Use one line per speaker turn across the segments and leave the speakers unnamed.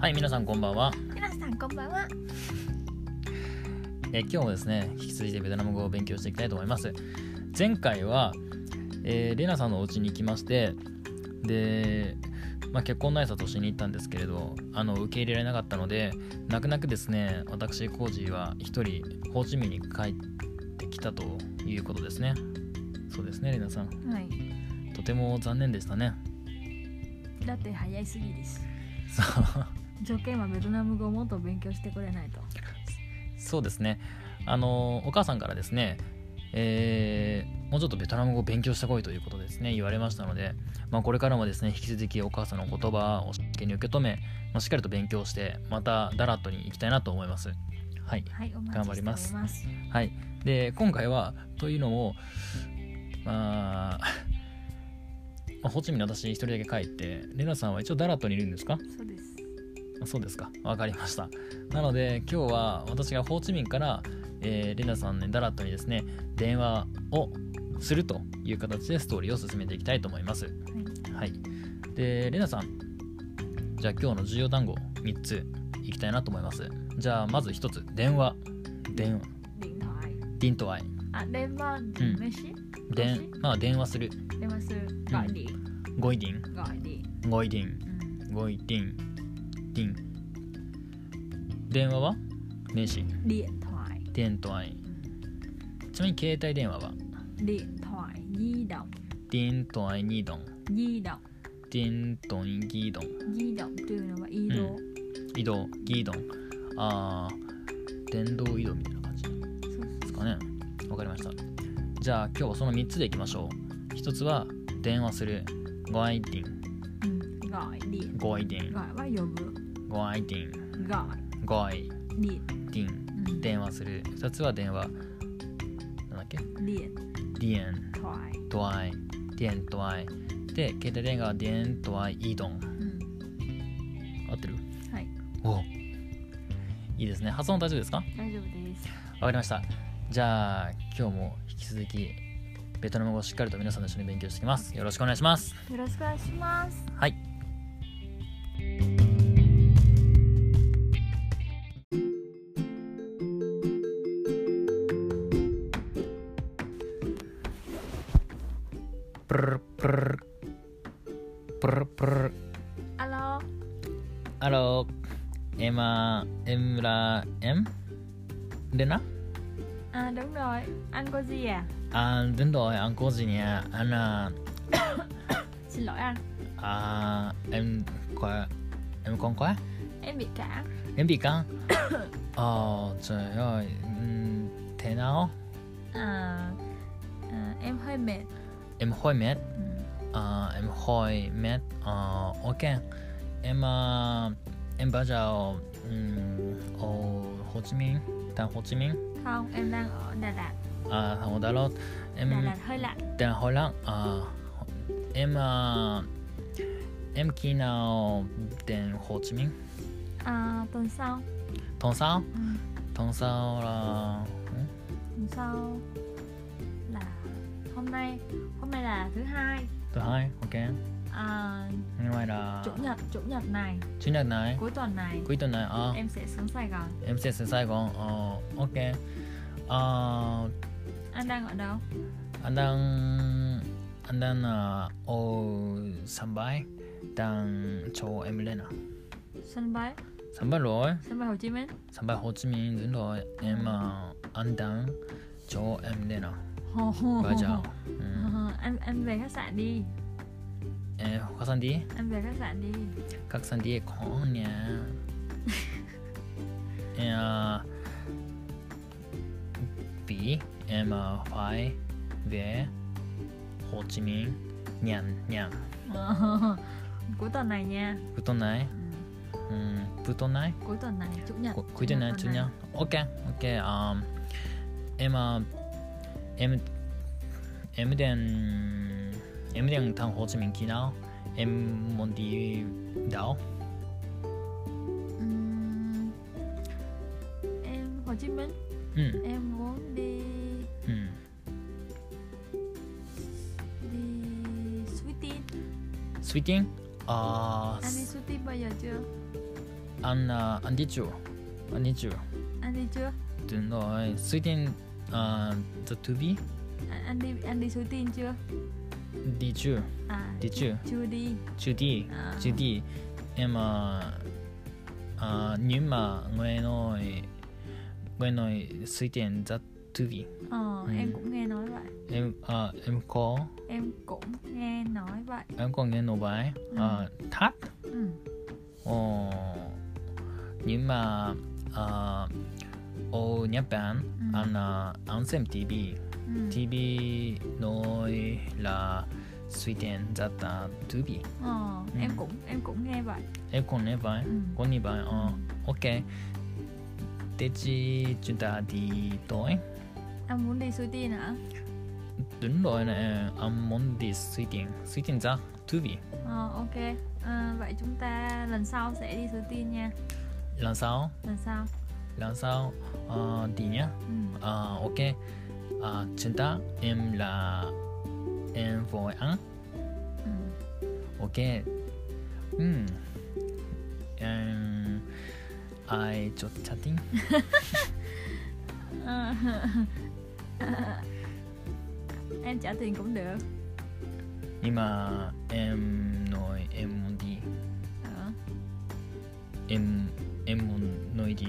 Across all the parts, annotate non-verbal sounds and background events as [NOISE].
はい、皆さんこんばんは。
皆さんこんばんは。
えー今日もですね、引き続いてベトナム語を勉強していきたいと思います。前回は、えーレナさんのお家に行きまして、で、まあ、結婚の挨拶をしに行ったんですけれど、あの受け入れられなかったので、泣く泣くですね、私、コージーは一人、ホーチミンに帰ってきたということですね。そうですね、レナさん。
はい。
とても残念でしたね。
だって早いすぎです。
そう
条件はベトナム語をもっと勉強してくれないと。
そうですね。あのお母さんからですね、えーもうちょっとベトナム語を勉強してこいということですね言われましたので、まあ、これからもですね引き続きお母さんの言葉を真剣に受け止め、まあ、しっかりと勉強してまたダラットに行きたいなと思います。はい、
はい、お
頑張り
待ちしてお
ま
りますす。
はい、で今回はというのも、まあ、まあホーチミンに私一人だけ帰ってレナさんは一応ダラットにいるんですか
そうです。
そうですか、わかりました。なので、今日は私がホーチミンから、えーレナさんのダラットにですね、電話をするという形でストーリーを進めていきたいと思います。はい。で、レナさん、じゃあ今日の重要単語3ついきたいなと思います。じゃあ、まず1つ、電話、電話、
電話。
ディンとアイ、
あ、電話、
ん
飯、
電、まあ、電話する、
電話する。ガイディ、
ゴイディ
ガイディ。
ン、ゴイディン、
うん
ゴイディン、ディン。電話は名詞、
điện thoại
デンとアイ。ちなみに携帯電話は
điện thoại di động
ディントンイニードン
di động
ディントンギードン
di động trừ là y
Ừ.
đồ
移動ギードンあー電動移動みたいな感じで
Số-
すかねわかりましたじゃあ今日はその3つでいきましょう1つは電話するご愛ディン
ừ, gọi điện
ご愛ディン
gọi bao giờ bữa
ご愛ディン
gọi
ご愛
điện
ディン
ừ,
電話する2つは電話なんだっけ
điện
ディエン
thoại
トアイディエントアイで携帯電話はディエントアイイードン
ừ.
合ってる
Hay,
おいいですね発音大丈夫ですか
đại丈夫です
わかりましたじゃあ今日も引き続きベトナム語をしっかりと皆さんと一緒に勉強していきますよろしくお願いします
よろしくお願いします。
はいプルルプルルプルルプルル
あの、
ハローエマエムラエムレナ
à đúng rồi, anh có gì à?
À, đúng rồi, anh có gì nhỉ? Anh à,
Xin lỗi anh,
à, em quá, em con quá,
em bị cả.
em bị căng. Ồ, trời ơi, ừm, thế nào?
À, à, em hơi mệt.
Em hơi mệt,
Ừ.
à, em hơi mệt. À, ok, em à, em bây giờ ừm, ở Hồ Chí Minh, thành Hồ Chí Minh,
Không, em đang ở Đà Lạt.
à, thành Hồ Đà Lạt. Em
Đà Lạt hơi lạnh.
đang hơi lạnh. À, em à, em khi nào đến Hồ Chí Minh?
À, tuần sau.
tuần sau
Ừ.
tuần sau là
Tuần sau là hôm nay, hôm nay là thứ hai.
thứ hai ok
À,
nhưng mà là
chủ nhật, chủ nhật này,
chủ nhật này
cuối tuần này
cuối tuần này à,
em sẽ xuống Sài Gòn.
em sẽ xuống Sài Gòn Ờ, ok Ờ,
Anh đang ở đâu?
anh đang anh đang ờ, ở sân bay đang cho em lên à
Sân bay,
sân bay rồi
sân bay Hồ Chí Minh.
sân bay Hồ Chí Minh đúng rồi em ờ, anh đang cho em lên à
Hồ hồ.
bây giờ
[LAUGHS] hồ.
ừ.
Ờ, anh anh về khách sạn đi,
em khách sạn đi
anh về khách sạn đi.
các sản địa có nhà em vì em ờ, phải về Hồ Chí Minh nhận nhận
Ờ, [LAUGHS] cuối tuần này nha
cuối tuần này
ừ.
um, cuối tuần này
cuối tuần này chủ nhật
Cu- cuối tuần này chủ nhật ok ok um, em ờ, em em đến em đến thằng Hồ Chí Minh khi nào em muốn đi đâu
Ừm, em Hồ Chí Minh
ừ,
em muốn đi
ừ.
đi Suy Tin
Sweeting
anh đi
uh,
Suy Tin bao giờ chưa
ăn uh, ăn đi chưa ăn đi chưa
ăn đi chưa
đúng rồi suy tin uh, the to be
ăn, ăn À, đi ăn đi suối tin chưa
đi chưa
à
đi chưa
chưa đi
chưa đi
à,
chưa đi em à, à, nhưng mà người nói người nói suy tin the to be
ờ,
Ừ.
em cũng nghe nói vậy
em à, em có
em cũng nghe nói vậy
em có nghe nói bài à, thắt
ừ.
ồ nhưng mà à, ở Nhật Bản
Ừ.
ăn à, ăn xem TV
Ừ.
TV のら推薦だったトゥビ
Ờ,
Ừ.
em cũng em cũng nghe vậy
えこねばい
ừ.
こにばいあ OK でちちゅだりとい
anh muốn đi suối tiên hả
どんどいねあんもんで推薦推薦ざトゥビ
ờ, ok Ờ, vậy chúng ta lần sau sẽ đi suối tiên nha
ランサ
lần sau
オランサオあディニャ
ừ.
あ OK あちゅだえんらえんフォーアン
Ừ.
OK うんえんあいちょっちゃてん
Ờ, [LAUGHS] em trả tiền cũng được
Ima em noi em di
Ờ,
em em noi di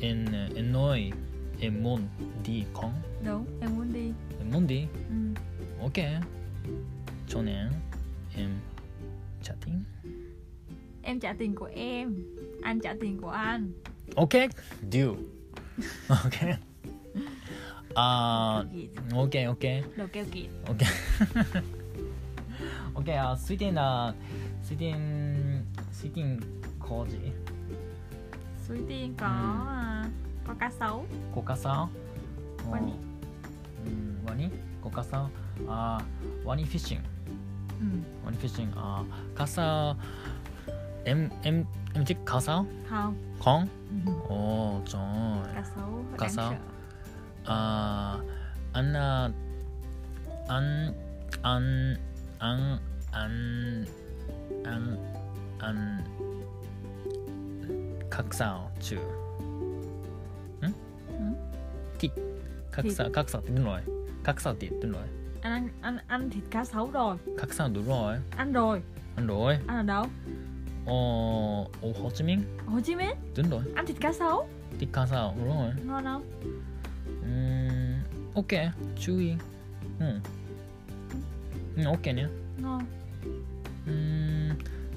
en en noi em mon di con
đúng em muốn đi
em mon di
ừ.
ok cho nên em chatting
em trả tiền của em anh trả tiền của anh
ok do ok à
Gì?
ok ok
đồ keo kiệt
ok ok à suy tin là suy tin suy tin có gì
suối tiên có
Ừ.
à, có cá sấu
コカさん
ワニ
うんワニコカさんあーワニフィッシング
ừ.
ワニフィッシングあーカサエムエムエムチカサ
không
コン
Ừ.
おーちょー
cá sấu
Cá
đáng
sấu.
sợ
あーあんなあんあんあんあんあんあん格差を中ん嗯ティ格差格差ってどのい格差って言ってんのい
anh ăn anh ăn thịt cá sấu rồi
Các sao đúng rồi,
ăn rồi
đúng rồi.
ăn ở đâu
Ờ, ở Hồ Chí Minh,
Hồ Chí Minh
đúng rồi.
ăn thịt cá sấu
Thì các sao đúng rồi.
ngon không
Ừm, 嗯 ok, chú ý. Ừ. Ừ, 嗯 ok nhé.
ngon
Ừm,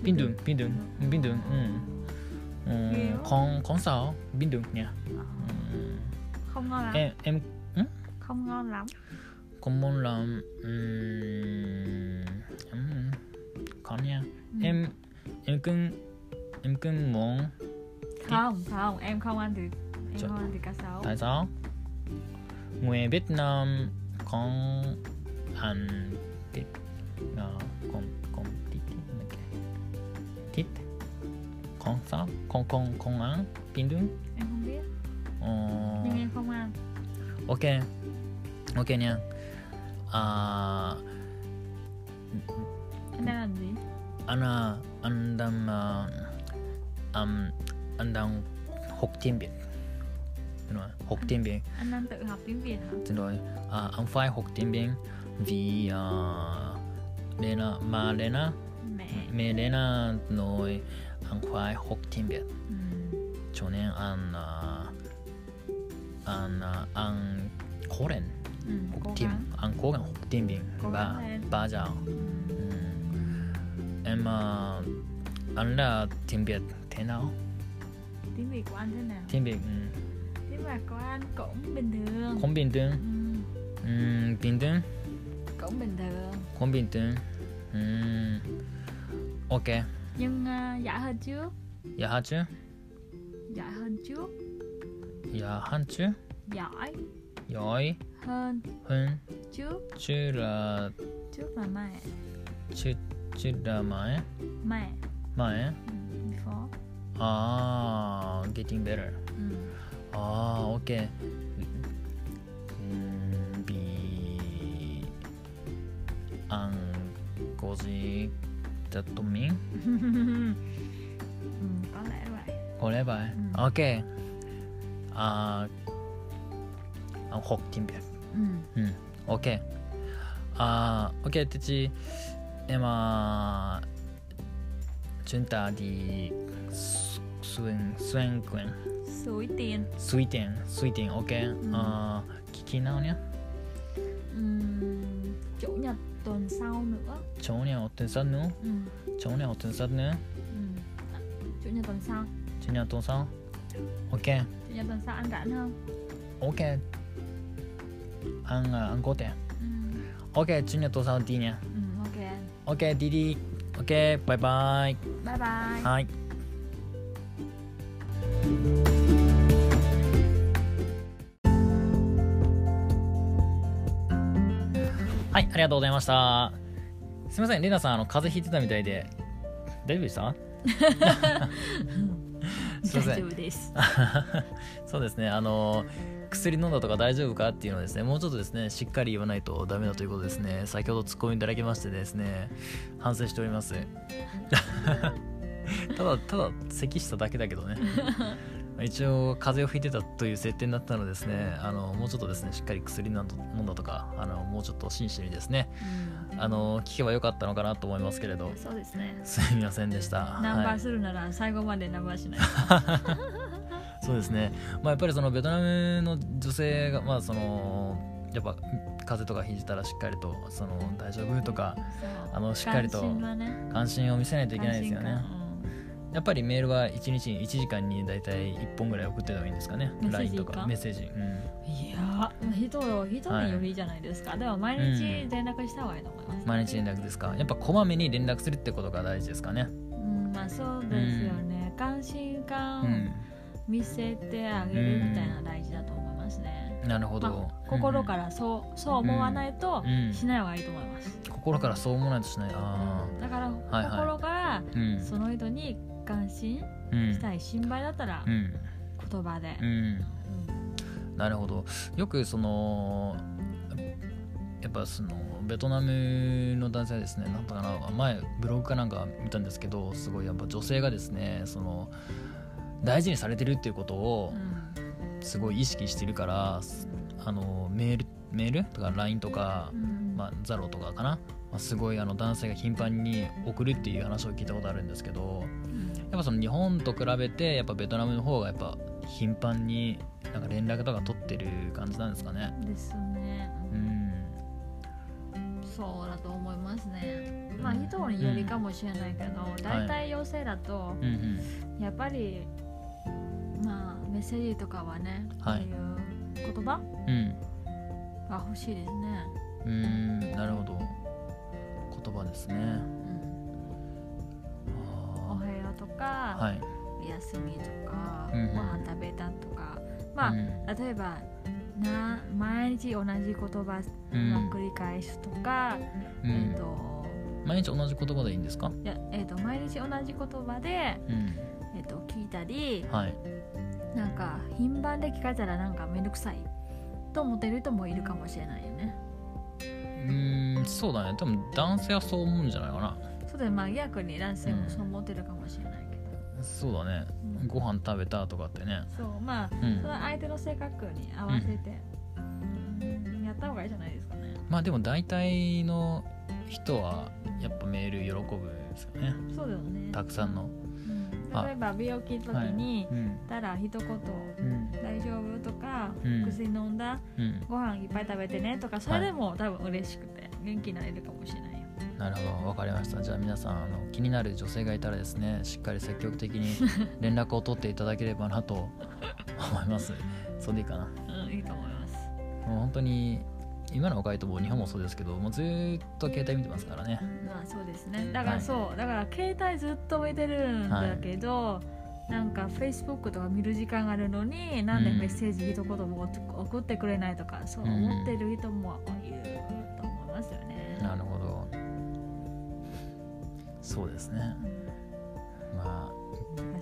bình thường, bình thường, ừ, bình thường. Ừ. Ừ,
Hiểu.
con con sao? Bình thường nhé.
Ờ,
Ừm,
không ngon lắm
Em em
không ngon lắm
có muốn làm ừm, ừm, con nha.
Ừ.
Em em cũng em cũng muốn
không không em không ăn thịt em
Trời.
không ăn thịt cá sấu
Tại sao? Người Việt Nam con ăn thịt à, con con thịt là cái thịt con sao con con con ăn bình thường
em không biết
Ờ,
nhưng em không ăn
ok ok nha à
anh đang làm gì
anh à, anh đang à, um, anh đang học tiếng Việt Đúng rồi, học tiếng Việt
anh đang tự học tiếng Việt hả
Xin lỗi, à, anh phải học tiếng Việt vì à, Lena, mà Lena,
mẹ
mẹ Lena nói anh phải học tiếng Việt
ừ.
cho nên anh à, anh à, anh cố gắng
Ừ,
học
cố
tiếng
gắng
anh cố gắng học tiếng Việt
Cố
và
gắng lên.
ba giờ
ừ.
Ừm. em à, anh là tiếng Việt thế nào
tiếng Việt của anh thế nào
tiếng Việt ừm,
tiếng Việt của anh cũng bình thường
không bình thường
ừ.
Ừm, bình thường
cũng bình thường
không bình thường Ừm. ok
nhưng à, giả hơn trước
Dạ chứ,
giỏi hơn trước
dạ hẳn chứ,
giỏi
giỏi
hơn
hơn
trước
chứ là
trước là mẹ
chứ chứ là mãi
mẹ
mãi
ừ, before
à 아, getting better
ừ.
à ok Ừm, bị ăn có gì cho tụi mình
ừ, có lẽ vậy
Một lễ bài.
Ừ.
Ok. À, ông học tiếng Việt.
うん
Ừ. Ok. À, ok, thế chị em à, chúng ta đi xuyên xuyên quyền
そう言っていいん
suy tiền suy tiền ok à, khi nào nhé
うーんchủ nhật tuần sau nữa
chỗ nào tuần sau nữa
ừ.
chỗ nào tuần sau nữa
Ừ. chủ nhật tuần sau
chỗ nào tuần sau ok
chủ nhật tuần sau ăn rảnh không
ok ăn à, ăn cố tiền
ừ.
ok chủ nhật tuần sau đi nha
ừ ok
ok đi đi ok bye bye
bye bye
haiはい、ありがとうございました。すみません、レナさん、あの風邪ひいてたみたいで、大丈夫でした [LAUGHS] すいません。
夫です
[LAUGHS] そうですね、あの薬飲んだとか大丈夫かっていうのをですね、もうちょっとですね、しっかり言わないとダメだということですね、先ほどツッコミいただきましてですね、反省しております。 [LAUGHS] ただ、ただ、咳しただけだけど
[LAUGHS]
ね。一応風邪をひいてたという設定になったのでですねあのもうちょっとですねしっかり薬なんと飲んだとかあのもうちょっと真摯にですねあの聞けばよかったのかなと思いますけれど
うんそうですね
すみませんでした、
ナン
は
バ
い
ー、するなら最後までナンバーしない
そうですね、まあ、やっぱりそのベトナムの女性がまあそのやっぱ風邪とかひいてたらしっかりとその大丈夫とか [LAUGHS] あのしっかりと
関心はね
関心を見せないといけないですよね
関心か
やっぱりメールは1日に1時間に大体1本ぐらい送ってた方がいいんですかね
メッセージ
LINE と
か
かメッセージ、うん
うんいやーひどいひどいよ
は
りいいじゃないですか、でも毎
う
日
ん
連絡した方がいいと思います、
毎日連絡ですかやっぱこまめに連絡するってことが大事ですかね
うんまあそうですよね、関心
う
感
ん
見せてあげるみたいなの大事だと思いますね、
なるほど、
まあ、心からそう,、そう思わないと
うん
しない方がいいと思います、
うん心からそう思わないとしないあ
だから、
いはい
心から
あうん
その人に関心
うん
したい心配だったら
うん
言葉で、
うん
うん
なるほどよくそのやっぱそのベトナムの男性はですねなんだかな前ブログかなんか見たんですけどすごいやっぱ女性がですねその大事にされてるっていうことをすごい意識してるからあのメールメールとか LINE とか
うん
まあ、ザロとかかな、まあ、すごいあの男性が頻繁に送るっていう話を聞いたことあるんですけど
うん
やっぱその日本と比べてやっぱベトナムの方がやっぱ頻繁になんか連絡とか取ってる感じなんですかね
ですね、
うん
そうだと思いますねまあ人によりかもしれないけど、だいたい陽性だと
うんうん
やっぱりまあメッセージとかはね、
はい
こういう言葉
うん
が欲しいですね、
うんなるほど言葉ですね
うん、お
あ
はようとか、
ーはい
おやすみとか、
うんうん
ご飯食べたとかまあ、
うん
例えばな毎日同じ言葉の繰り返しとか、
うん
えっ、と
毎日同じ言葉でいいんですか
いや、えー、と毎日同じ言葉で、
うん
えー、と聞いたり
はい
なんか頻繁で聞かれたらなんかめんどくさいと思ってる人もいるかもしれないよね
うんそうだねでも男性はそう思うんじゃないかな
そうでまあ逆に男性もそう思ってるかもしれないけど、
そうだね
うん
ご飯食べたとかってね
そうまあ
うん
その相手の性格に合わせて、うんやった方がいいじゃないですかね
まあでも大体の人はやっぱメール喜ぶんですよね
そうだよね
たくさんのあ
例えば病気の時に、
うん
たら一言
うん
「大丈夫?」とか、
うん
薬飲んだ
うん
ご飯いっぱい食べてね」とかそれでも多分嬉しくて元気になれるかもしれないよ、
なるほどわかりましたじゃあ皆さんあの気になる女性がいたらですねしっかり積極的
[LAUGHS]
に連絡を取っていただければなと思いますそれでいいかな
うん、いいと思います
もう本当に今の若いともう日本もそうですけどもうずーっと携帯見てますからね
まあそうですねだか
はい
らそう、だから携帯ずっと見てるんだけど、なんか Facebook とか見る時間があるのになんで
うん
メッセージ一言も送ってくれないとかそう思ってる人もいると思いますよね、
なるほどそうですねま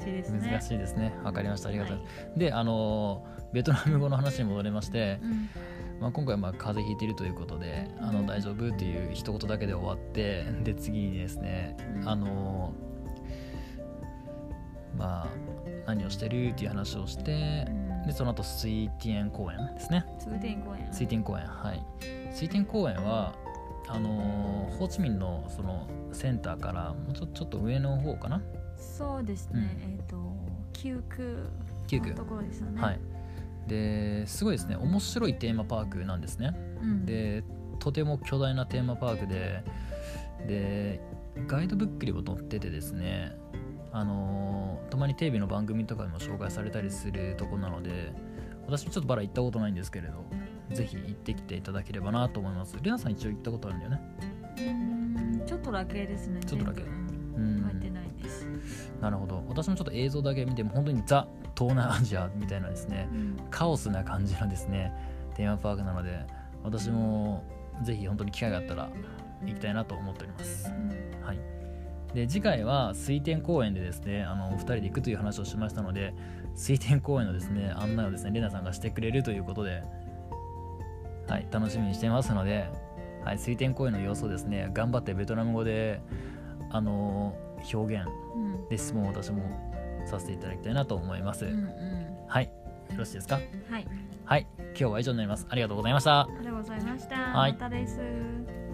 難しいで
あ
すね
難しいですねわかりましたありがとうございます
は
であのベトナム語の話に戻りまして
い、うん
まあ、今回はまあ風邪ひいてるということで「あ
う
の
ん
大丈夫?」っていう一言だけで終わってで次にですね
うん
あのまあ何をしてるっていう話をしてでその後水天公園ですね
通天公園
水天公園はい水天公園はあのーホーチミンのそのセンターからもうちょちょっと上の方かな
そうですね、
う
えっ、と旧区
旧区
のところですよね
はい、ですごいですね面白いテーマパークなんですね
うん、
でとても巨大なテーマパークででガイドブックにも載っててですねあのーたまにテレビの番組とかにも紹介されたりするとこなので私もちょっとまだ行ったことないんですけれどぜひ行ってきていただければなと思いますレナさん一応行ったことあるんだよね
うんちょっとだけですね
ちょっとだけ
全部
う
うん入って
ん
ないです、
なるほど私もちょっと映像だけ見ても本当にザ東南アジアみたいなですね
うん
カオスな感じのですねテーマパークなので私もぜひ本当に機会があったら行きたいなと思っております、はい、で次回は水天公園でですねあのお二人で行くという話をしましたので水天公園のですね案内をですねレナさんがしてくれるということで、はい、楽しみにしてますので、はい、水天公園の様子をですね頑張ってベトナム語であの表現
うん
で質問を私もさせていただきたいなと思います、
うんう
はいよろしいですか
んはい
はい、今日は以上になります。ありがとうございました。
ありがとうございました
はい
またです